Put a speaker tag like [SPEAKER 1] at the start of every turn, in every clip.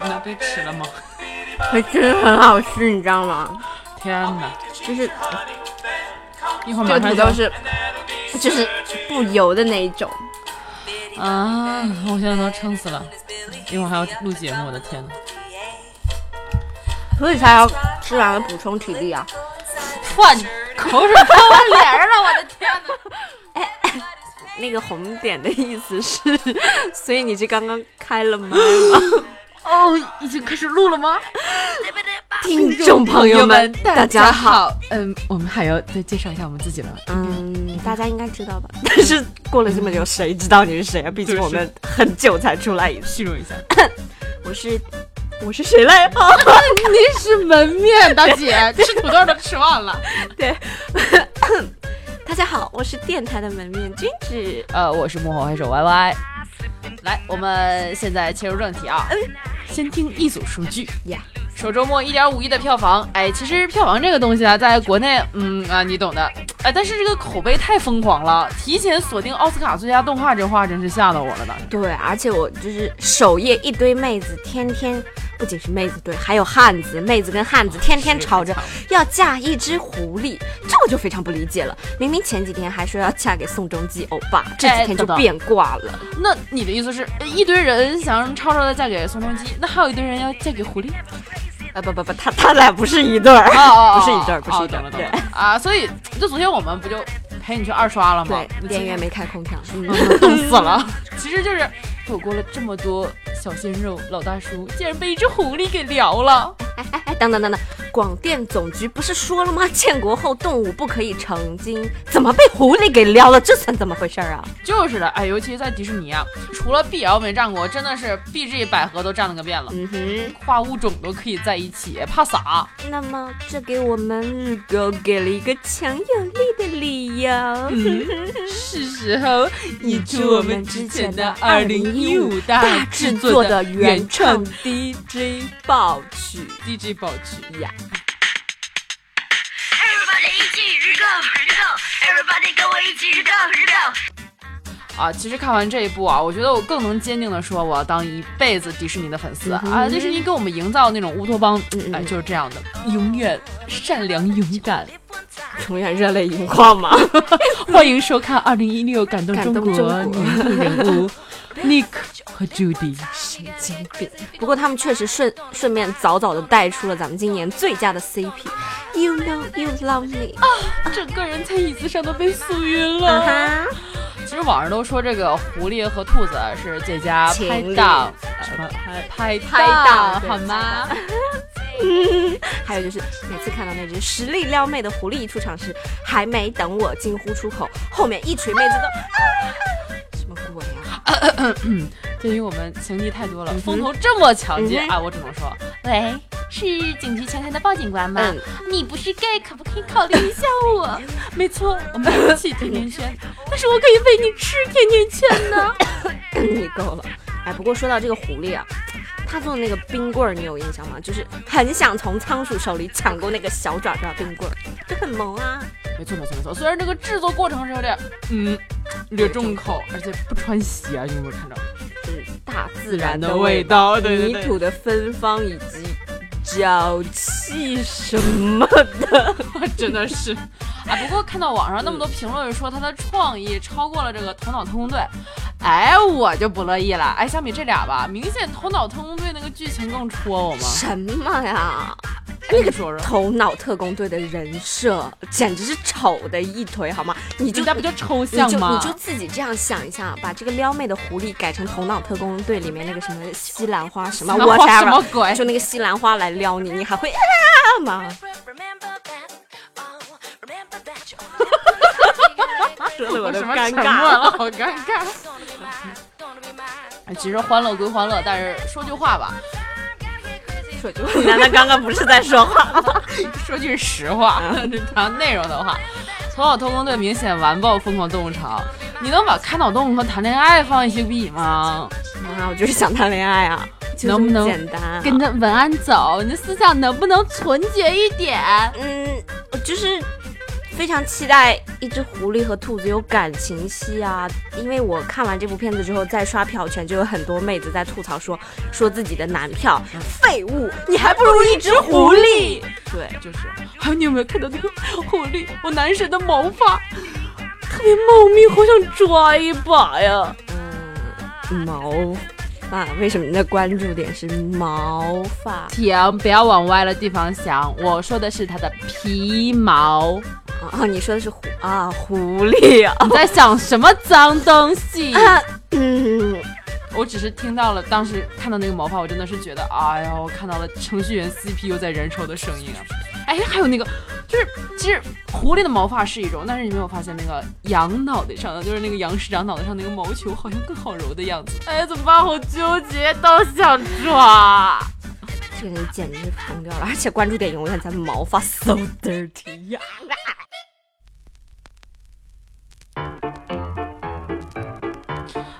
[SPEAKER 1] 那被吃了吗？
[SPEAKER 2] 它哎真的很好吃，你知道吗？
[SPEAKER 1] 天哪！
[SPEAKER 2] 就是
[SPEAKER 1] 一会儿
[SPEAKER 2] 这
[SPEAKER 1] 马
[SPEAKER 2] 个
[SPEAKER 1] 上
[SPEAKER 2] 土
[SPEAKER 1] 就
[SPEAKER 2] 豆是，就是不油的那一种。
[SPEAKER 1] 啊！我现在都撑死了，一会儿还要录节目，我的天哪！
[SPEAKER 2] 所以才要吃完了补充体力啊。
[SPEAKER 1] 哇，你口水喷我脸上了，我的天哪！
[SPEAKER 2] 哎那个红点的意思是，所以你是刚刚开了麦吗？
[SPEAKER 1] 哦，已经开始录了吗？
[SPEAKER 2] 听众朋友们，大家好。
[SPEAKER 1] 好。嗯，我们还要再介绍一下我们自己吗？
[SPEAKER 2] 嗯，大家应该知道吧？ 但是过了这么久，谁知道你是谁啊？毕竟我们很久才出来一次。
[SPEAKER 1] 叙述一下，
[SPEAKER 2] 我是我是谁来着？哦
[SPEAKER 1] 你是门面大姐，吃土豆都吃忘了。
[SPEAKER 2] 对，大家好，我是电台的门面君子。
[SPEAKER 1] 呃，我是幕后黑手 Y Y。来，我们现在切入正题啊，先听一组数据
[SPEAKER 2] 呀。
[SPEAKER 1] 首周末一点五亿的票房，哎，其实票房这个东西啊，在国内，嗯啊，你懂的，哎，但是这个口碑太疯狂了，提前锁定奥斯卡最佳动画这话真是吓到我了的。
[SPEAKER 2] 对，而且我就是首页一堆妹子，天天不仅是妹子，对，还有汉子，妹子跟汉子天天吵着要嫁一只狐狸，这我就非常不理解了。明明前几天还说要嫁给宋仲基欧巴，这
[SPEAKER 1] 哎
[SPEAKER 2] 几天就
[SPEAKER 1] 等等
[SPEAKER 2] 变卦了。
[SPEAKER 1] 那你的意思是，呃一堆人想让超超的嫁给宋仲基，那还有一堆人要嫁给狐 狸？
[SPEAKER 2] 啊不不不，他他俩不是一对儿，
[SPEAKER 1] 哦
[SPEAKER 2] 不是一对儿，不是一
[SPEAKER 1] 懂
[SPEAKER 2] 对儿，
[SPEAKER 1] 了懂了啊！所以就昨天我们不就陪你去二刷了吗？
[SPEAKER 2] 对，
[SPEAKER 1] 那
[SPEAKER 2] 电
[SPEAKER 1] 其
[SPEAKER 2] 影
[SPEAKER 1] 实
[SPEAKER 2] 院没开空调， 嗯，
[SPEAKER 1] 冻死了。 其实就是躲过了这么多小鲜肉、老大叔，竟然被一只狐狸给聊了。
[SPEAKER 2] 哎哎哎，等等等等，广电总局不是说了吗？建国后动物不可以成精，怎么被狐狸给撩了？这算怎么回事儿啊？
[SPEAKER 1] 就是的，哎，尤其是在迪士尼啊，除了 BL 没站过，真的是 BG 百合都站了个遍了，
[SPEAKER 2] 嗯哼，
[SPEAKER 1] 跨物种都可以在一起，怕啥？
[SPEAKER 2] 那么这给我们日狗给了一个强有力的理由。嗯
[SPEAKER 1] 是时候
[SPEAKER 2] 以出我们之前的2015
[SPEAKER 1] 大
[SPEAKER 2] 制作的原创 DJ 爆曲
[SPEAKER 1] DJ 宝曲。
[SPEAKER 2] 呀，
[SPEAKER 3] Everybody 一起日购日购，Everybody 跟我一起日购日购。
[SPEAKER 1] 啊，其实看完这一部啊，我觉得我更能坚定的说，我要当一辈子迪士尼的粉丝、啊！迪士尼给我们营造那种乌托邦，
[SPEAKER 2] 嗯嗯
[SPEAKER 1] 哎，就是这样的，永远善良勇敢。
[SPEAKER 2] 永远热泪盈眶嘛。
[SPEAKER 1] 欢迎收看二零一六感动
[SPEAKER 2] 感
[SPEAKER 1] 中
[SPEAKER 2] 动
[SPEAKER 1] 国
[SPEAKER 2] 中国
[SPEAKER 1] 年度人 物 Nick 和 Judy。
[SPEAKER 2] 神经病。不过他们确实顺顺便早早的带出了咱们今年最佳的 CP。You know you love me。
[SPEAKER 1] 整个人在椅子上都被酥晕了。
[SPEAKER 2] 啊哈，
[SPEAKER 1] 其实网上都说这个狐狸和兔子啊是最佳拍
[SPEAKER 2] 情侣
[SPEAKER 1] 档，什么拍拍
[SPEAKER 2] 拍档对
[SPEAKER 1] 好吗？
[SPEAKER 2] 还有就是每次看到那只实力撩妹的狐狸一出场时，还没等我惊呼出口，后面一群妹子都。啊什么鬼啊？
[SPEAKER 1] 对于我们情敌太多了，
[SPEAKER 2] 哼
[SPEAKER 1] 风头这么强劲
[SPEAKER 2] 嗯哼
[SPEAKER 1] 啊，我只能说，喂，是警局前台的报警官吗？
[SPEAKER 2] 嗯
[SPEAKER 1] 你不是 gay，可不可以考虑一下我？ 没错，我们一起甜甜圈，但是我可以喂你吃甜甜圈呢。
[SPEAKER 2] 你够了！哎，不过说到这个狐狸啊，他做的那个冰棍儿，你有印象吗？就是很想从仓鼠手里抢过那个小爪爪冰棍儿，就很萌啊。
[SPEAKER 1] 没错没错没错，虽然这个制作过程是有点，嗯，略重口，而且不穿鞋啊，你有没有看到？
[SPEAKER 2] 嗯，大自
[SPEAKER 1] 然
[SPEAKER 2] 然
[SPEAKER 1] 的
[SPEAKER 2] 的
[SPEAKER 1] 味
[SPEAKER 2] 味
[SPEAKER 1] 道
[SPEAKER 2] 道，
[SPEAKER 1] 对对对
[SPEAKER 2] 泥土的芬芳以及沼气什么的，
[SPEAKER 1] 真的是。啊，不过看到网上那么多评论说他的创意超过了这个头脑特工队，哎，我就不乐意了。哎，相比这俩吧，明显头脑特工队那个剧情更戳我嘛。
[SPEAKER 2] 什么呀？
[SPEAKER 1] 那个哎说说，
[SPEAKER 2] 头脑特工队的人设简直是丑的一腿，好吗？你
[SPEAKER 1] 人
[SPEAKER 2] 就
[SPEAKER 1] 家不就抽
[SPEAKER 2] 你
[SPEAKER 1] 象
[SPEAKER 2] 就
[SPEAKER 1] 吗
[SPEAKER 2] 你？就自己这样想一下，把这个撩妹的狐狸改成头脑特工队里面那个什么西兰花什么
[SPEAKER 1] 西兰花
[SPEAKER 2] whatever，
[SPEAKER 1] 什么鬼
[SPEAKER 2] 就那个西兰花来撩你，你还会啊 吗？说的我
[SPEAKER 1] 为什么沉默 了，好尴尬。哎其实欢乐归欢乐，但是说句话吧，
[SPEAKER 2] 说就难道刚刚不是在说话吗？
[SPEAKER 1] 说句实话，
[SPEAKER 2] 嗯
[SPEAKER 1] 这谈内容的话，头脑特工队明显完爆疯狂动物城。你能把开脑洞和谈恋爱放一起比吗？
[SPEAKER 2] 啊， 我就是想谈恋爱啊，就
[SPEAKER 1] 能不
[SPEAKER 2] 这么
[SPEAKER 1] 能
[SPEAKER 2] 简单啊、
[SPEAKER 1] 跟着文案走，你的思想能不能纯洁一点？
[SPEAKER 2] 嗯，就是非常期待一只狐狸和兔子有感情戏啊，因为我看完这部片子之后，在刷票圈就有很多妹子在吐槽说说自己的男票废物，你还不如一只狐狸。 对，
[SPEAKER 1] 就是，还有你有没有看到那个狐狸？我男神的毛发特别茂密，好想抓一把呀！
[SPEAKER 2] 嗯，毛发，为什么你的关注点是毛发？
[SPEAKER 1] 甜，不要往歪了地方想，我说的是它的皮毛。
[SPEAKER 2] 啊，你说的是狐啊，狐狸啊。
[SPEAKER 1] 你在想什么脏东 西？
[SPEAKER 2] 嗯，
[SPEAKER 1] 我只是听到了，当时看到那个毛发，我真的是觉得，哎呀，我看到了程序员 CPU 在燃烧的声音啊！哎，还有那个，就是其实狐狸的毛发是一种，但是你没有发现那个羊脑袋上的，就是那个羊市长脑袋上那个毛球，好像更好揉的样子。哎，怎么办？好纠结，都想抓。
[SPEAKER 2] 这个人简直是疯掉了，而且关注点永远在毛发，so dirty 呀、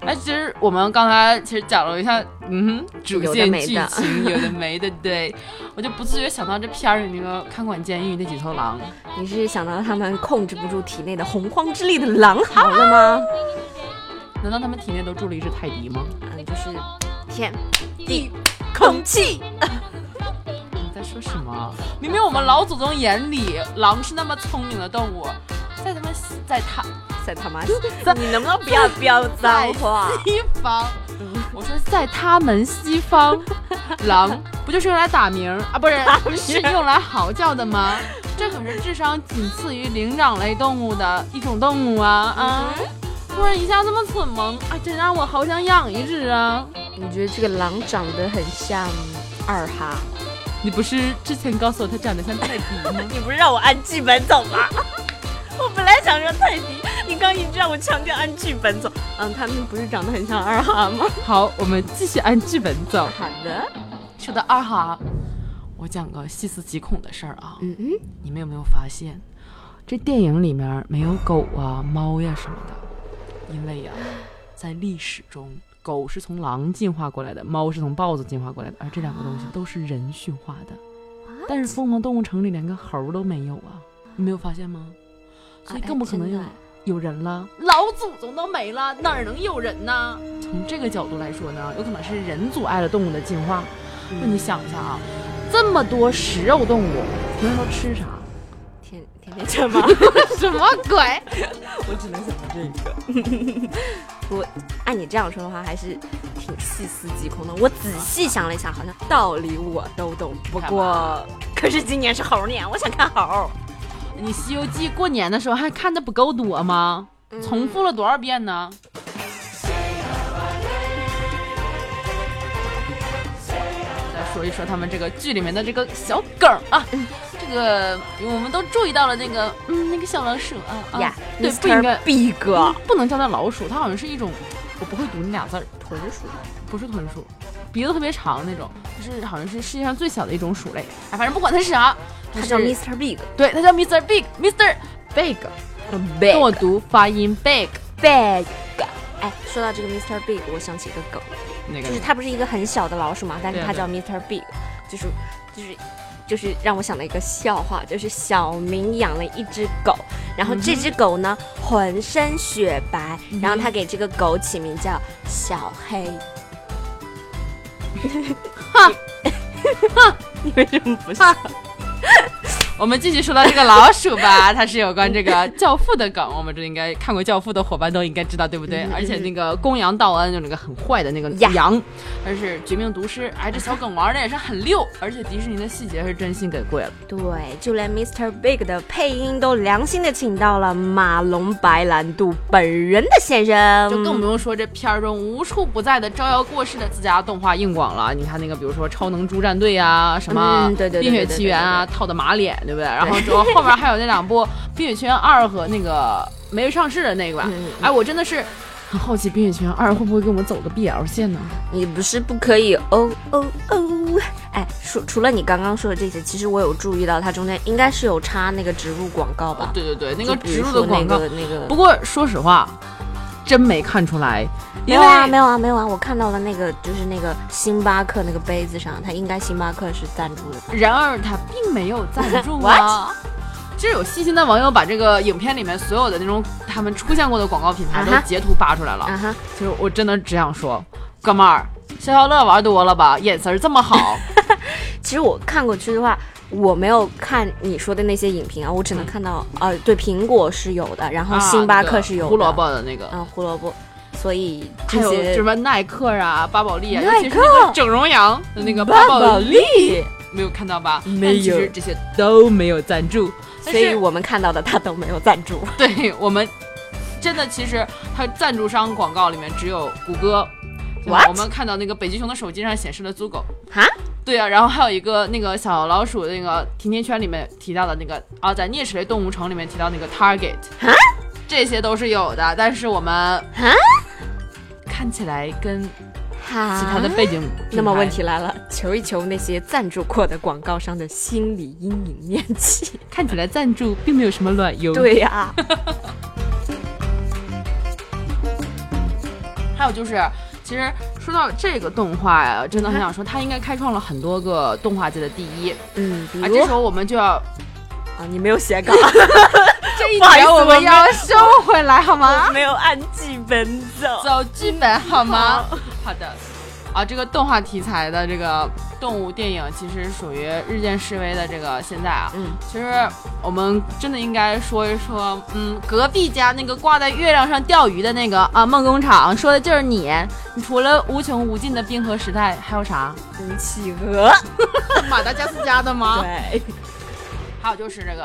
[SPEAKER 1] 哎，其实我们刚才其实讲了一下，嗯，哼，主
[SPEAKER 2] 有的
[SPEAKER 1] 线
[SPEAKER 2] 没
[SPEAKER 1] 剧
[SPEAKER 2] 的
[SPEAKER 1] 情有的没的，对 我就不自觉想到这片儿里那个看管监狱那几头狼。
[SPEAKER 2] 你是想到他们控制不住体内的洪荒之力的狼嚎了吗？
[SPEAKER 1] 难道他们体内都住了一只泰迪吗？
[SPEAKER 2] 嗯，就是天地空气。
[SPEAKER 1] 你在说什么？明明我们老祖宗眼里，狼是那么聪明的动物，在他们在 他
[SPEAKER 2] 在他妈，你能不能不要飙脏 话？
[SPEAKER 1] 西方，我说在他们西 方，狼不就是用来打鸣儿啊？不是，是用来嚎叫的吗？这可是智商仅次于灵长类动物的一种动物啊啊！突然一下这么蠢萌啊，真让我好想养一只啊！
[SPEAKER 2] 你觉得这个狼长得很像二哈？
[SPEAKER 1] 你不是之前告诉我它长得像泰迪吗？
[SPEAKER 2] 你不是让我按剧本走吗？ 我本来想说泰迪，你刚一直让我强调按剧本走。嗯，他们不是长得很像二哈吗？
[SPEAKER 1] 好，我们继续按剧本走。
[SPEAKER 2] 好的，
[SPEAKER 1] 说到二哈，我讲个细思极恐的事儿啊，
[SPEAKER 2] 嗯嗯。
[SPEAKER 1] 你们有没有发现，这电影里面没有狗啊、猫呀、什么的？因为呀、啊 在历史中，狗是从狼进化过来的，猫是从豹子进化过来的，而这两个东西都是人驯化的。但是《疯狂动物城》里连个猴儿都没有啊，你没有发现吗？所以更不可能有
[SPEAKER 2] 哎
[SPEAKER 1] 有人了，老祖宗都没了，哪儿能有人呢？从这个角度来说呢，有可能是人阻碍了动物的进化。那你想一下啊，这么多食肉动物，平时都吃啥？
[SPEAKER 2] 天天天吃吗？
[SPEAKER 1] 什么鬼？
[SPEAKER 2] 我只能想到这个。我按你这样说的话，还是挺细思极恐的。我仔细想了一下，好像道理我都懂。不
[SPEAKER 1] 干
[SPEAKER 2] 过，可是今年是猴年，我想看猴。
[SPEAKER 1] 你《西游记》过年的时候还看的不够多吗？
[SPEAKER 2] 嗯
[SPEAKER 1] 重复了多少遍呢？再说一说他们这个剧里面的这个小梗儿啊，
[SPEAKER 2] 嗯
[SPEAKER 1] 这个我们都注意到了那个嗯那个小老鼠啊啊
[SPEAKER 2] 呀，嗯
[SPEAKER 1] 对，不应该嗯
[SPEAKER 2] B 哥，
[SPEAKER 1] 不能叫它老鼠，它好像是一种我不会读那俩字儿，
[SPEAKER 2] 豚鼠，
[SPEAKER 1] 不是豚鼠，鼻子特别长那种，就是好像是世界上最小的一种鼠类。哎，反正不管它是啥，
[SPEAKER 2] 嗯他
[SPEAKER 1] 它
[SPEAKER 2] 叫
[SPEAKER 1] 是
[SPEAKER 2] Mr. Big
[SPEAKER 1] 对，它叫 Mr. Big，Mr. Big，跟我读发音 Big
[SPEAKER 2] 嗯 Big。哎，说到这个 Mr. Big，我想起一个梗，
[SPEAKER 1] 那个
[SPEAKER 2] 就是它不是一个很小的老鼠嘛，但是
[SPEAKER 1] 对
[SPEAKER 2] 它
[SPEAKER 1] 对
[SPEAKER 2] 叫 Mr. Big，就是就是就是让我想到一个笑话，就是小明养了一只狗，然后这只狗呢、浑身雪白，然后他给这个狗起名叫小黑。哈，你为什么不笑？
[SPEAKER 1] 我们继续说到这个老鼠吧， 它是有关这个《教父》的梗，我们这应该看过《教父》的伙伴都应该知道，对不对？而且那个公羊道恩就那个很坏的那个
[SPEAKER 2] 呀
[SPEAKER 1] 羊，它是《绝命毒师》，哎，这小梗玩的也是很溜，而且迪士尼的细节是真心给贵了。
[SPEAKER 2] 对，就连 Mr. Big 的配音都良心的请到了马龙白兰度本人的先生，
[SPEAKER 1] 就更不用说这片儿中无处不在的招摇过市的自家动画硬广了。你看那个，比如说《超能猪战队》啊，什么
[SPEAKER 2] 嗯
[SPEAKER 1] 《
[SPEAKER 2] 对对对
[SPEAKER 1] 冰雪奇缘》啊，套的马脸，对不对？然后之后后面还有那两部《 冰雪奇缘二》和那个没有上市的那个吧
[SPEAKER 2] 嗯嗯。
[SPEAKER 1] 哎，我真的是很好奇，《冰雪奇缘二》会不会给我们走个 BL 线呢？
[SPEAKER 2] 你不是不可以哦哦哦！哎，除除了你刚刚说的这些，其实我有注意到它中间应该是有插那个植入广告吧？
[SPEAKER 1] 对对哦对，那
[SPEAKER 2] 那
[SPEAKER 1] 个植入的广告。
[SPEAKER 2] 那个、那个、
[SPEAKER 1] 不过说实话，真没看出来，因
[SPEAKER 2] 没有啊，
[SPEAKER 1] 为
[SPEAKER 2] 没有啊，没有啊！我看到了那个，就是那个星巴克那个杯子上，它应该星巴克是赞助的。
[SPEAKER 1] 然而它并没有赞助啊。其实有细心的网友把这个影片里面所有的那种他们出现过的广告品牌都
[SPEAKER 2] 啊哈
[SPEAKER 1] 截图扒出来了。
[SPEAKER 2] 啊哈，
[SPEAKER 1] 其实我真的只想说，哥们儿，消消乐玩多了吧，眼神儿这么 好，
[SPEAKER 2] 其实我看过去的话，我没有看你说的那些影评啊，我只能看到、呃，对，苹果是有的，然后
[SPEAKER 1] 嗯啊
[SPEAKER 2] 星
[SPEAKER 1] 那
[SPEAKER 2] 巴克
[SPEAKER 1] 个
[SPEAKER 2] 是有的，
[SPEAKER 1] 胡萝，卜的啊那个，
[SPEAKER 2] 嗯，胡萝卜，所以
[SPEAKER 1] 还
[SPEAKER 2] 这
[SPEAKER 1] 有
[SPEAKER 2] 些
[SPEAKER 1] 什么耐克啊、巴宝莉啊，尤其是那
[SPEAKER 2] 耐克
[SPEAKER 1] 个整容羊的那个
[SPEAKER 2] 巴
[SPEAKER 1] 宝
[SPEAKER 2] 宝
[SPEAKER 1] 莉，
[SPEAKER 2] 莉，
[SPEAKER 1] 没有看到吧？但
[SPEAKER 2] 没有
[SPEAKER 1] 其实这些都没有赞助，但
[SPEAKER 2] 所
[SPEAKER 1] 是
[SPEAKER 2] 以我们看到的他都没有赞助。
[SPEAKER 1] 对我们真的其实它赞助商广告里面只有谷歌。对吧
[SPEAKER 2] What？
[SPEAKER 1] 我们看到那个北极熊的手机上显示了租狗
[SPEAKER 2] 哈，
[SPEAKER 1] 对啊，然后还有一个那个小老鼠那个甜甜圈里面提到的那个啊，在啮齿类动物城里面提到那个 Target，
[SPEAKER 2] 哈，
[SPEAKER 1] 这些都是有的，但是我们
[SPEAKER 2] 哈
[SPEAKER 1] 看起来跟
[SPEAKER 2] 哈
[SPEAKER 1] 其他的背景品
[SPEAKER 2] 啊那么
[SPEAKER 1] 牌
[SPEAKER 2] 问题来了，求一求那些赞助过的广告商的心理阴影面 积。
[SPEAKER 1] 看起来赞助并没有什么卵用。，
[SPEAKER 2] 对呀、
[SPEAKER 1] 还有就是，其实说到这个动画呀，真的很想说，它应该开创了很多个动画界的第一。
[SPEAKER 2] 嗯，比
[SPEAKER 1] 啊，
[SPEAKER 2] 如
[SPEAKER 1] 这时候我们就要
[SPEAKER 2] 啊，你没有写稿，
[SPEAKER 1] 这一
[SPEAKER 2] 不好意
[SPEAKER 1] 节
[SPEAKER 2] 思
[SPEAKER 1] 我
[SPEAKER 2] 我
[SPEAKER 1] 们
[SPEAKER 2] 没
[SPEAKER 1] 要收回来好吗？
[SPEAKER 2] 没有按剧本走。
[SPEAKER 1] 走剧本好吗？好的。啊，这个动画题材的这个动物电影，其实属于日渐式微的这个现在啊。
[SPEAKER 2] 嗯，
[SPEAKER 1] 其实我们真的应该说一说，嗯，隔壁家那个挂在月亮上钓鱼的那个啊，梦工厂说的就是你。你除了无穷无尽的冰河时代，还有啥？
[SPEAKER 2] 吴企鹅，
[SPEAKER 1] 马达加斯加的吗？
[SPEAKER 2] 对，
[SPEAKER 1] 还有就是这个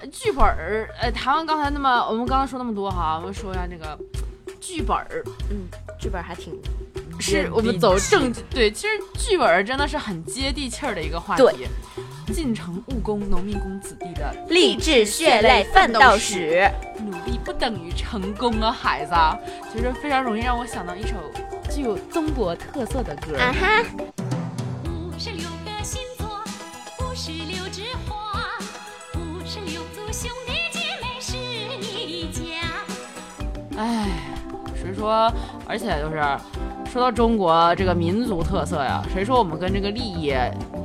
[SPEAKER 1] 呃剧本儿，呃，谈完刚才那么，我们刚刚说那么多哈，我们说一下这个剧本儿，
[SPEAKER 2] 嗯，剧本还挺
[SPEAKER 1] 是我们走正对，其实剧本儿真的是很接地气儿的一个话题。
[SPEAKER 2] 对
[SPEAKER 1] 进城务工农民工子弟的
[SPEAKER 2] 励志血泪奋斗史。
[SPEAKER 1] 努力不等于成功啊，孩子，其实非常容易让我想到一首具有中国特色的歌。
[SPEAKER 2] 啊哈，
[SPEAKER 4] 五十六个星座，五十六枝花，五十六组兄弟姐妹是一家。
[SPEAKER 1] 唉，谁说？而且就是说到中国这个民族特色呀，谁说我们跟这个利益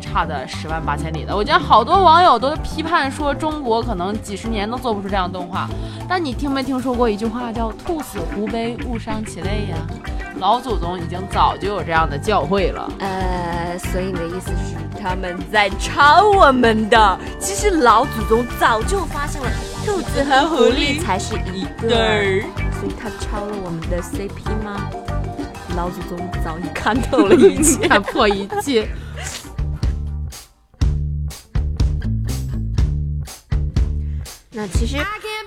[SPEAKER 1] 差的十万八千里的？我见好多网友都批判说中国可能几十年都做不出这样的动画，但你听没听说过一句话叫“兔死狐悲，勿伤其类”呀？老祖宗已经早就有这样的教诲了。
[SPEAKER 2] 呃，所以你的意思是他们在抄我们的？其实老祖宗早就发现了，兔子和狐狸才是一对儿， 所以他抄了我们的 CP 吗？老祖宗早已看透了一 切。
[SPEAKER 1] 看破一切。
[SPEAKER 2] 那其实，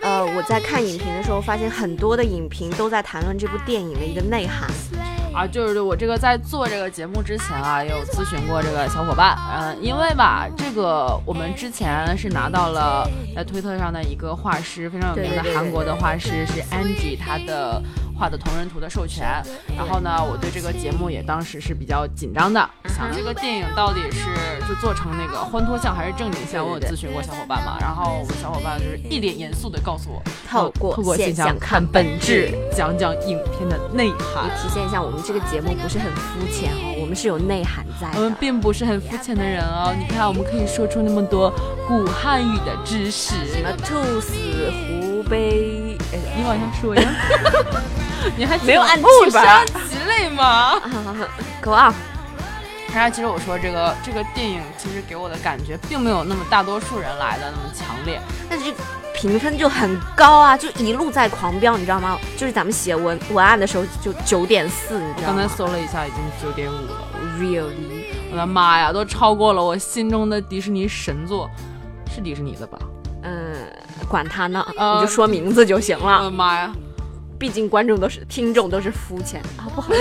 [SPEAKER 2] 呃，我在看影评的时候，发现很多的影评都在谈论这部电影的一个内涵。
[SPEAKER 1] 啊，就是我这个在做这个节目之前啊，也有咨询过这个小伙伴，嗯，因为吧，这个我们之前是拿到了在推特上的一个画师，非常有名的
[SPEAKER 2] 对对对
[SPEAKER 1] 韩国的画师是 Angie，他的画的同人图的授权。然后呢，我对这个节目也当时是比较紧张的，想这个电影到底是就做成那个欢脱像还是正经像，我有
[SPEAKER 2] 对对
[SPEAKER 1] 咨询过小伙伴
[SPEAKER 2] 嗯
[SPEAKER 1] 嘛，然后我们小伙伴就是一脸严肃的告诉我，
[SPEAKER 2] 透过
[SPEAKER 1] 透过现
[SPEAKER 2] 现象
[SPEAKER 1] 象看本质，讲讲影片的内涵
[SPEAKER 2] 也。体现一下我们这个节目不是很肤浅哦，我们是有内涵在
[SPEAKER 1] 我们
[SPEAKER 2] 的。
[SPEAKER 1] 并不是很肤浅的人哦，你看我们可以说出那么多古汉语的知识。
[SPEAKER 2] 什么兔死狐悲，呃，
[SPEAKER 1] 你往下说呀， 你还
[SPEAKER 2] 没有按剧
[SPEAKER 1] 不
[SPEAKER 2] 本
[SPEAKER 1] 伤其类吗？
[SPEAKER 2] 啊，Go on，
[SPEAKER 1] 然后其实我说这个这个电影其实给我的感觉并没有那么大多数人来的那么强烈。
[SPEAKER 2] 但是评分就很高啊，就一路在狂飙，你知道吗？就是咱们写文文案的时候就九点四，你
[SPEAKER 1] 我
[SPEAKER 2] 知道
[SPEAKER 1] 刚才
[SPEAKER 2] 吗
[SPEAKER 1] 搜了一下，已经九点五了，
[SPEAKER 2] ？Really，
[SPEAKER 1] 我的妈呀，都超过了我心中的迪士尼神作，是迪士尼的吧？
[SPEAKER 2] 嗯，管他呢，
[SPEAKER 1] 呃
[SPEAKER 2] 你就说名字就行
[SPEAKER 1] 我
[SPEAKER 2] 了
[SPEAKER 1] 的。妈呀，
[SPEAKER 2] 毕竟观众都是听众都是肤浅啊，不好意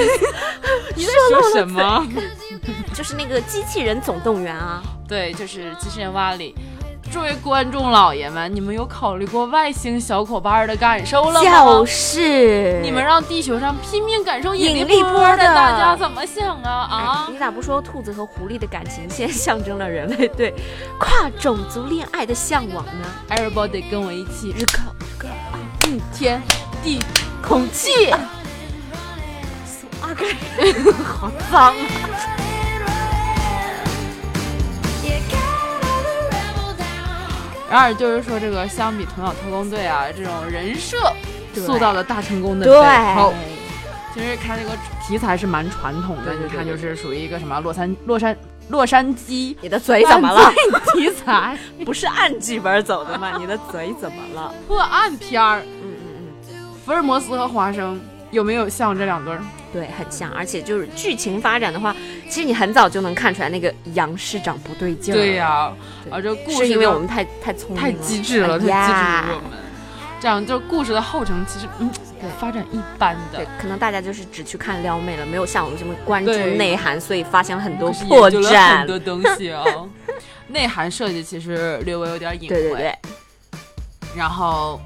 [SPEAKER 1] 你在说什么？
[SPEAKER 2] 思，就是那个机器人总动员啊，
[SPEAKER 1] 对，就是机器人蛙里。诸位观众老爷们，你们有考虑过外星小伙伴的感受了吗？
[SPEAKER 2] 就是
[SPEAKER 1] 你们让地球上拼命感受
[SPEAKER 2] 引
[SPEAKER 1] 力
[SPEAKER 2] 力
[SPEAKER 1] 波
[SPEAKER 2] 波
[SPEAKER 1] 的
[SPEAKER 2] 的
[SPEAKER 1] 大家怎么想啊
[SPEAKER 2] 哎
[SPEAKER 1] 啊！
[SPEAKER 2] 你咋不说兔子和狐狸的感情线象征了人类 对跨种族恋爱的向往呢？
[SPEAKER 1] Everybody 跟我一起，
[SPEAKER 2] 日靠
[SPEAKER 1] 嗯，天地
[SPEAKER 2] 空气，阿好脏啊！
[SPEAKER 1] 然而就是说，这个相比《头脑特工队》啊，这种人设塑造的大成功的
[SPEAKER 2] 对
[SPEAKER 1] 背后，其实它这个题材是蛮传统的。
[SPEAKER 2] 对对对
[SPEAKER 1] 你看，
[SPEAKER 2] 对
[SPEAKER 1] 就是属于一个什么洛杉洛杉洛杉矶
[SPEAKER 2] 你的嘴怎 么了
[SPEAKER 1] 犯？罪题 材
[SPEAKER 2] 不是按剧本走的吗？你的嘴怎么了？
[SPEAKER 1] 破案片儿，
[SPEAKER 2] 嗯嗯
[SPEAKER 1] 福尔摩斯和华生有没有像这两对儿？
[SPEAKER 2] 嗯，对，很像。而且就是剧情发展的话，其实你很早就能看出来那个杨市长不对劲儿。
[SPEAKER 1] 对呀、
[SPEAKER 2] 对
[SPEAKER 1] 啊，这故事
[SPEAKER 2] 是因为
[SPEAKER 1] 的
[SPEAKER 2] 我们太太聪明了，
[SPEAKER 1] 太机智了，哎太机
[SPEAKER 2] 呀
[SPEAKER 1] 智了我们。这样就故事的后程其实嗯
[SPEAKER 2] 对
[SPEAKER 1] 发展一般的
[SPEAKER 2] 对，，可能大家就是只去看撩妹了，没有像我们这么关注
[SPEAKER 1] 对
[SPEAKER 2] 内涵，所以发现了很多
[SPEAKER 1] 就是研
[SPEAKER 2] 破
[SPEAKER 1] 究了
[SPEAKER 2] 绽
[SPEAKER 1] 很。多东西哦。 内涵设计其实略微有点隐晦。
[SPEAKER 2] 对对对，
[SPEAKER 1] 然后，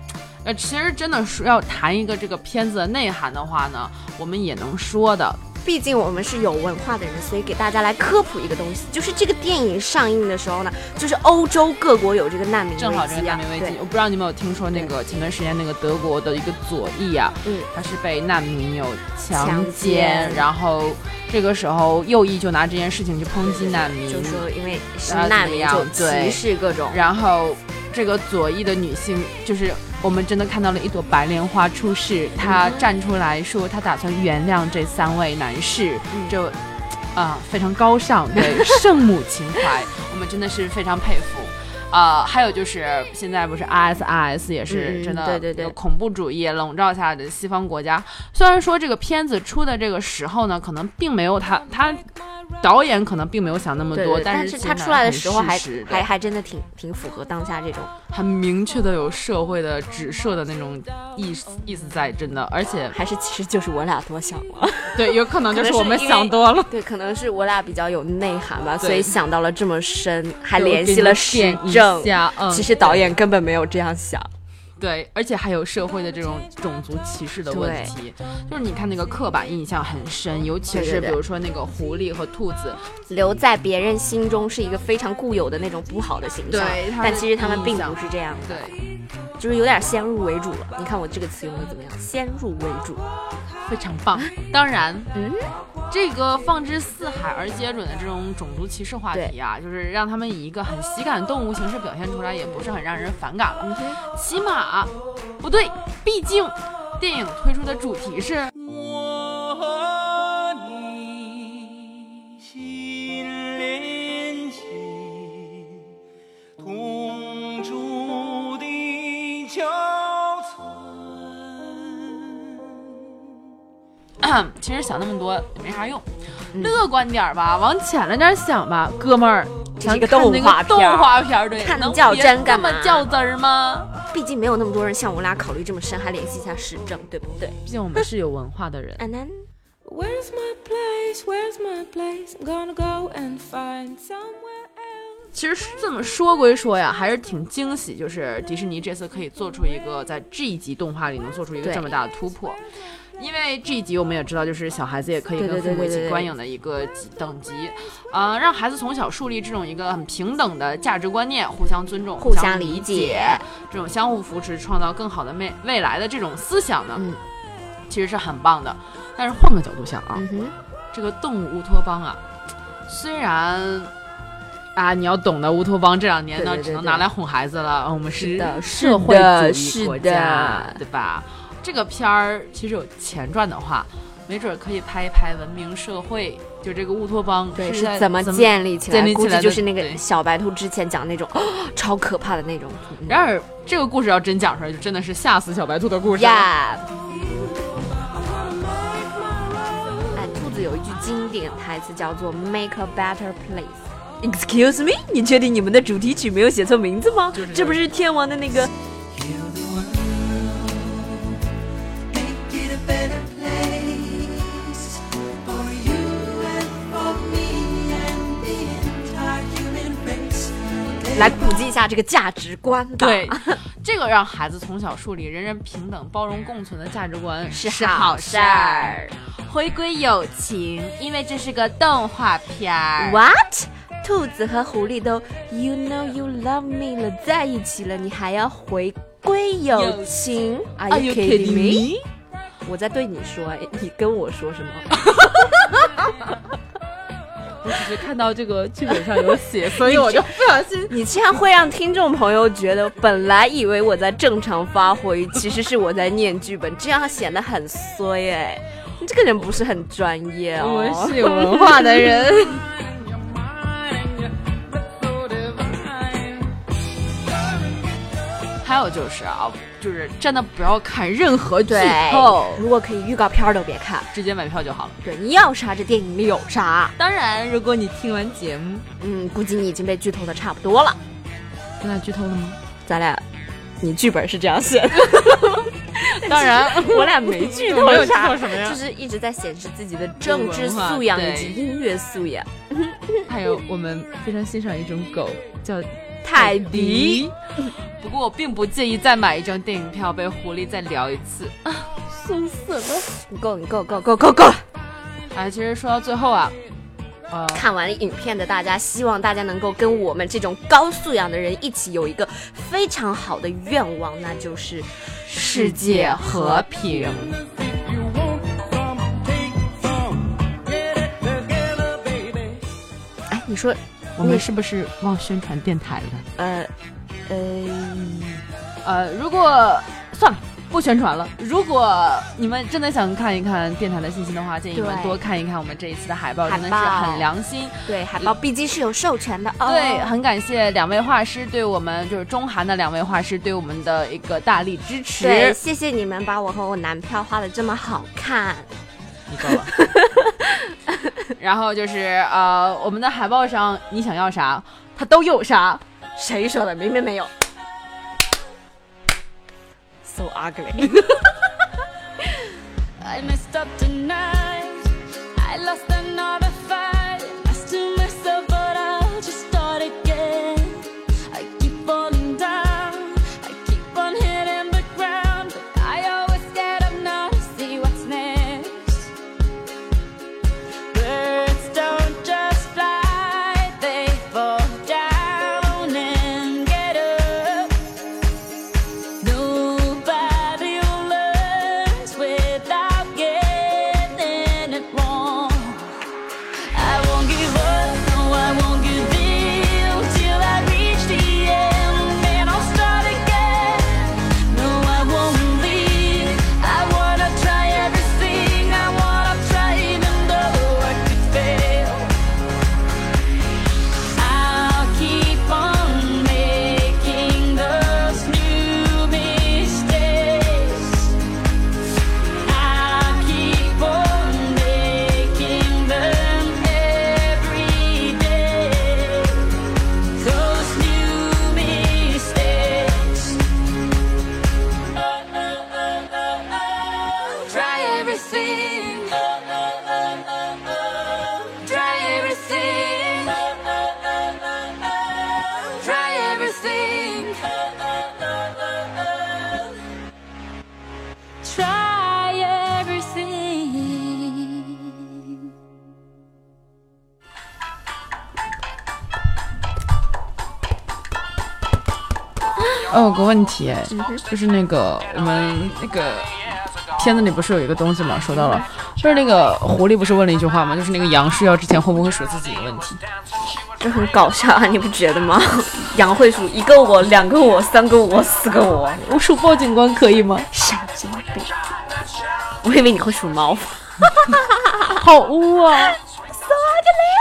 [SPEAKER 1] 呃，其实真的说要谈一个这个片子的内涵的话呢，我们也能说的。
[SPEAKER 2] 毕竟我们是有文化的人，所以给大家来科普一个东西，就是这个电影上映的时候呢，就是欧洲各国有这个难民危机啊，
[SPEAKER 1] 正好这个难民危机，我
[SPEAKER 2] 对
[SPEAKER 1] 不知道你们有听说那个前段时间那个德国的一个左翼啊，
[SPEAKER 2] 嗯
[SPEAKER 1] 他是被难民有
[SPEAKER 2] 强
[SPEAKER 1] 强
[SPEAKER 2] 奸
[SPEAKER 1] 奸，然后这个时候右翼就拿这件事情去抨击难民，
[SPEAKER 2] 就说因为是
[SPEAKER 1] 啊
[SPEAKER 2] 难
[SPEAKER 1] 怎么
[SPEAKER 2] 民
[SPEAKER 1] 样
[SPEAKER 2] 就
[SPEAKER 1] 对
[SPEAKER 2] 歧视各种，
[SPEAKER 1] 然后这个左翼的女性，就是我们真的看到了一朵白莲花出世，她站出来说她打算原谅这三位男士，
[SPEAKER 2] 嗯
[SPEAKER 1] 就啊、非常高尚， 对圣母情怀，我们真的是非常佩服。啊，还有就是现在不是 ISIS 也
[SPEAKER 2] 嗯
[SPEAKER 1] 是真的
[SPEAKER 2] 对对对
[SPEAKER 1] 有恐怖主义笼罩下的西方国家，虽然说这个片子出的这个时候呢，可能并没有他他导演可能并没有想那么
[SPEAKER 2] 对
[SPEAKER 1] 多，
[SPEAKER 2] 对，但
[SPEAKER 1] 是
[SPEAKER 2] 他
[SPEAKER 1] 其实
[SPEAKER 2] 出来的
[SPEAKER 1] 很
[SPEAKER 2] 时候还
[SPEAKER 1] 事实的
[SPEAKER 2] 还还真的挺挺符合当下这种，
[SPEAKER 1] 很明确的有社会的指涉的那种意思意思在，真的，而且
[SPEAKER 2] 还是其实就是我俩多想啊了。
[SPEAKER 1] 对，有可能就
[SPEAKER 2] 可能
[SPEAKER 1] 是我们
[SPEAKER 2] 是因为
[SPEAKER 1] 想多了。
[SPEAKER 2] 对，可能是我俩比较有内涵吧，
[SPEAKER 1] 对
[SPEAKER 2] 所以想到了这么深，还
[SPEAKER 1] 就
[SPEAKER 2] 联
[SPEAKER 1] 给
[SPEAKER 2] 系
[SPEAKER 1] 你
[SPEAKER 2] 了
[SPEAKER 1] 们
[SPEAKER 2] 时
[SPEAKER 1] 点一
[SPEAKER 2] 政。
[SPEAKER 1] 下嗯
[SPEAKER 2] 其实导演根本没有这样想。
[SPEAKER 1] 对，而且还有社会的这种种族歧视的问题，就是你看那个刻板印象很深，尤其
[SPEAKER 2] 对对
[SPEAKER 1] 是比
[SPEAKER 2] 对
[SPEAKER 1] 如说那个狐狸和兔子，
[SPEAKER 2] 留在别人心中是一个非常固有的那种不好的形象
[SPEAKER 1] 对，他
[SPEAKER 2] 但
[SPEAKER 1] 们
[SPEAKER 2] 其实他们嗯
[SPEAKER 1] 印
[SPEAKER 2] 并
[SPEAKER 1] 象
[SPEAKER 2] 不是这样的，
[SPEAKER 1] 对，
[SPEAKER 2] 就是有点先入为主了。你看我这个词用的怎么样？先入为主，
[SPEAKER 1] 非常棒。当然，
[SPEAKER 2] 嗯，
[SPEAKER 1] 这个放之四海而皆准的这种种族歧视话题啊，就是让他们以一个很喜感动物形式表现出来，也不是很让人反感
[SPEAKER 2] 嗯
[SPEAKER 1] 了。起码，啊不对，毕竟电影推出的主题是
[SPEAKER 5] 我和你心连心，同住的桥村。
[SPEAKER 1] 其实想那么多也没啥用，
[SPEAKER 2] 嗯
[SPEAKER 1] 乐观点儿吧，往浅了点儿想吧，哥们儿。
[SPEAKER 2] 这是一个
[SPEAKER 1] 想看那
[SPEAKER 2] 动画
[SPEAKER 1] 个动
[SPEAKER 2] 片儿
[SPEAKER 1] 画片儿，对，
[SPEAKER 2] 看
[SPEAKER 1] 能
[SPEAKER 2] 较
[SPEAKER 1] 别
[SPEAKER 2] 真干
[SPEAKER 1] 这
[SPEAKER 2] 嘛
[SPEAKER 1] 么较真儿 吗？
[SPEAKER 2] 毕竟没有那么多人像我俩考虑这么深，还联系一下时政，对不对？
[SPEAKER 1] 毕竟我们是有文化的人。
[SPEAKER 2] 安安，
[SPEAKER 6] Where's my place? Where's my place? I'm gonna go and find somewhere else.
[SPEAKER 1] 其实这么说归说呀，还是挺惊喜，就是迪士尼这次可以做出一个在 G 级动画里能做出一个
[SPEAKER 2] 对
[SPEAKER 1] 这么大的突破。因为 G 级我们也知道，就是小孩子也可以
[SPEAKER 2] 对对
[SPEAKER 1] 跟父母
[SPEAKER 2] 对对
[SPEAKER 1] 一起
[SPEAKER 2] 对
[SPEAKER 1] 观影的一个级等级，呃，让孩子从小树立这种一个很平等的价值观念，互相尊重、
[SPEAKER 2] 互相
[SPEAKER 1] 理
[SPEAKER 2] 理
[SPEAKER 1] 解
[SPEAKER 2] 解，
[SPEAKER 1] 这种相互扶持，创造更好的未未来的这种思想呢，
[SPEAKER 2] 嗯
[SPEAKER 1] 其实是很棒的。但是换个角度想啊，
[SPEAKER 2] 嗯哼，
[SPEAKER 1] 这个动物乌托邦啊，虽然啊，你要懂得乌托邦这两年呢，
[SPEAKER 2] 对对对
[SPEAKER 1] 只能拿来哄孩子了。嗯我们
[SPEAKER 2] 是的
[SPEAKER 1] 社会主
[SPEAKER 2] 是
[SPEAKER 1] 义
[SPEAKER 2] 的
[SPEAKER 1] 国
[SPEAKER 2] 是
[SPEAKER 1] 家
[SPEAKER 2] 的，
[SPEAKER 1] 对吧？这个片儿其实有前传的话，没准可以拍一拍文明社会，就这个乌托邦
[SPEAKER 2] 对，
[SPEAKER 1] 是在
[SPEAKER 2] 是怎么建立起来？
[SPEAKER 1] 建立起
[SPEAKER 2] 估
[SPEAKER 1] 来
[SPEAKER 2] 计
[SPEAKER 1] 的
[SPEAKER 2] 就是那个
[SPEAKER 1] 对
[SPEAKER 2] 小白兔之前讲那种、哦超可怕的那种。嗯
[SPEAKER 1] 然而，这个故事要真讲出来，就真的是吓死小白兔的故事了。
[SPEAKER 2] 呀。哎，兔子有一句经典台词叫做 “Make a better place”。Excuse me，你确定你们的主题曲没有写错名字吗？
[SPEAKER 1] 就是这个
[SPEAKER 2] 这不是天王的那个？
[SPEAKER 5] Heal the world, make it a better place for you and for me and the entire human race.
[SPEAKER 2] 来普及一下这个价值观吧。
[SPEAKER 1] 对，这个让孩子从小树立人人平等、包容共存的价值观
[SPEAKER 2] 是
[SPEAKER 1] 好
[SPEAKER 2] 好事儿。
[SPEAKER 1] 回归友情，因为这是个动画片儿。
[SPEAKER 2] ，What？兔子和狐狸都 “You know you love me” 了，在一起了，你还要回归友情？Are
[SPEAKER 1] Are you
[SPEAKER 2] you kidding me？
[SPEAKER 1] kidding me？
[SPEAKER 2] 我在对你说，哎你跟我说什么？
[SPEAKER 1] 时看到这个剧本上有写，所以我就不小心。
[SPEAKER 2] 你这样会让听众朋友觉得，本来以为我在正常发挥， 其实是我在念剧本，这样显得很衰哎、你这个人不是很专业哦。
[SPEAKER 1] 我是 有文化的人。还有就是啊，就是真的不要看任何剧
[SPEAKER 2] 对
[SPEAKER 1] 透，，
[SPEAKER 2] 如果可以，预告片儿都别看。
[SPEAKER 1] 直接买票就好了。
[SPEAKER 2] 对，你要啥这电影里有啥。
[SPEAKER 1] 当然，如果你听完节目，
[SPEAKER 2] 嗯，估计你已经被剧透的差不多了。
[SPEAKER 1] 咱俩剧透了 吗？
[SPEAKER 2] 咱俩，你剧本是这样写的，
[SPEAKER 1] 当然，
[SPEAKER 2] 我俩没 剧
[SPEAKER 1] 没有
[SPEAKER 2] 透
[SPEAKER 1] 剧
[SPEAKER 2] 啥
[SPEAKER 1] 透什么呀
[SPEAKER 2] 就是一直在显示自己的政治素养
[SPEAKER 1] 文
[SPEAKER 2] 以
[SPEAKER 1] 化
[SPEAKER 2] 及音乐素养。
[SPEAKER 1] 还有我们非常欣赏一种狗叫
[SPEAKER 2] 泰迪，。
[SPEAKER 1] 不过我并不介意再买一张电影票被狐狸再聊一次。
[SPEAKER 2] 你够，你够，够，够，够，够了。
[SPEAKER 1] 哎，其实说到最后啊，呃，
[SPEAKER 2] 看完影片的大家，希望大家能够跟我们这种高素养的人一起有一个非常好的愿望，那就是世界和平。哎，你说，
[SPEAKER 1] 我们是不是忘宣传电台了？
[SPEAKER 2] 呃，呃，
[SPEAKER 1] 呃，如果算了。不宣传了。如果你们真的想看一看电台的信息的话，建议你们
[SPEAKER 2] 对
[SPEAKER 1] 多看一看我们这一次的海报，
[SPEAKER 2] 海
[SPEAKER 1] 真
[SPEAKER 2] 报
[SPEAKER 1] 的是很良心。
[SPEAKER 2] 对，海报毕竟是有授权的哦。
[SPEAKER 1] 对，很感谢两位画师对我们，就是中韩的两位画师对我们的一个大力支持。
[SPEAKER 2] 对，谢谢你们把我和我男票画的这么好看。
[SPEAKER 1] 你够了。然后就是呃，我们的海报上你想要啥，它都有啥。
[SPEAKER 2] 谁说的？明明没有。So ugly。
[SPEAKER 4] I messed up tonight. I lost another fight. I still mess up, but I'll just start again. I keep falling down. I keep on hitting the ground. But I always get up now to see what's next. Birds don't just fly, they fall down and get up. Nobody learns without getting it wrong. I won't give up, no, I won't give in till I reach the end. Then I'll start again. No, I won't leave. I wanna try everything. I wanna try even though I could fail. I'll keep on making those new mistakes. I'll keep on making them every day. Those new mistakes. Oh, oh, oh, oh, oh. Try everything. Oh, oh, oh, oh, oh. Try everything. Oh, oh, oh, oh, oh. Try everything. Oh, oh, oh, oh, oh. Try everything.
[SPEAKER 1] 哦，有个问题，就是那个我们那个片子里不是有一个东西吗？说到了，就是那个狐狸不是问了一句话吗？就是那个羊睡觉之前会不会数自己的问题。
[SPEAKER 2] 这很搞笑啊，你不觉得吗？杨慧数一个我，两个我，三个我，四个我，
[SPEAKER 1] 我数报警官可以吗？
[SPEAKER 2] 神经病！我以为你会数毛发。
[SPEAKER 1] 好污啊！
[SPEAKER 2] So ugly。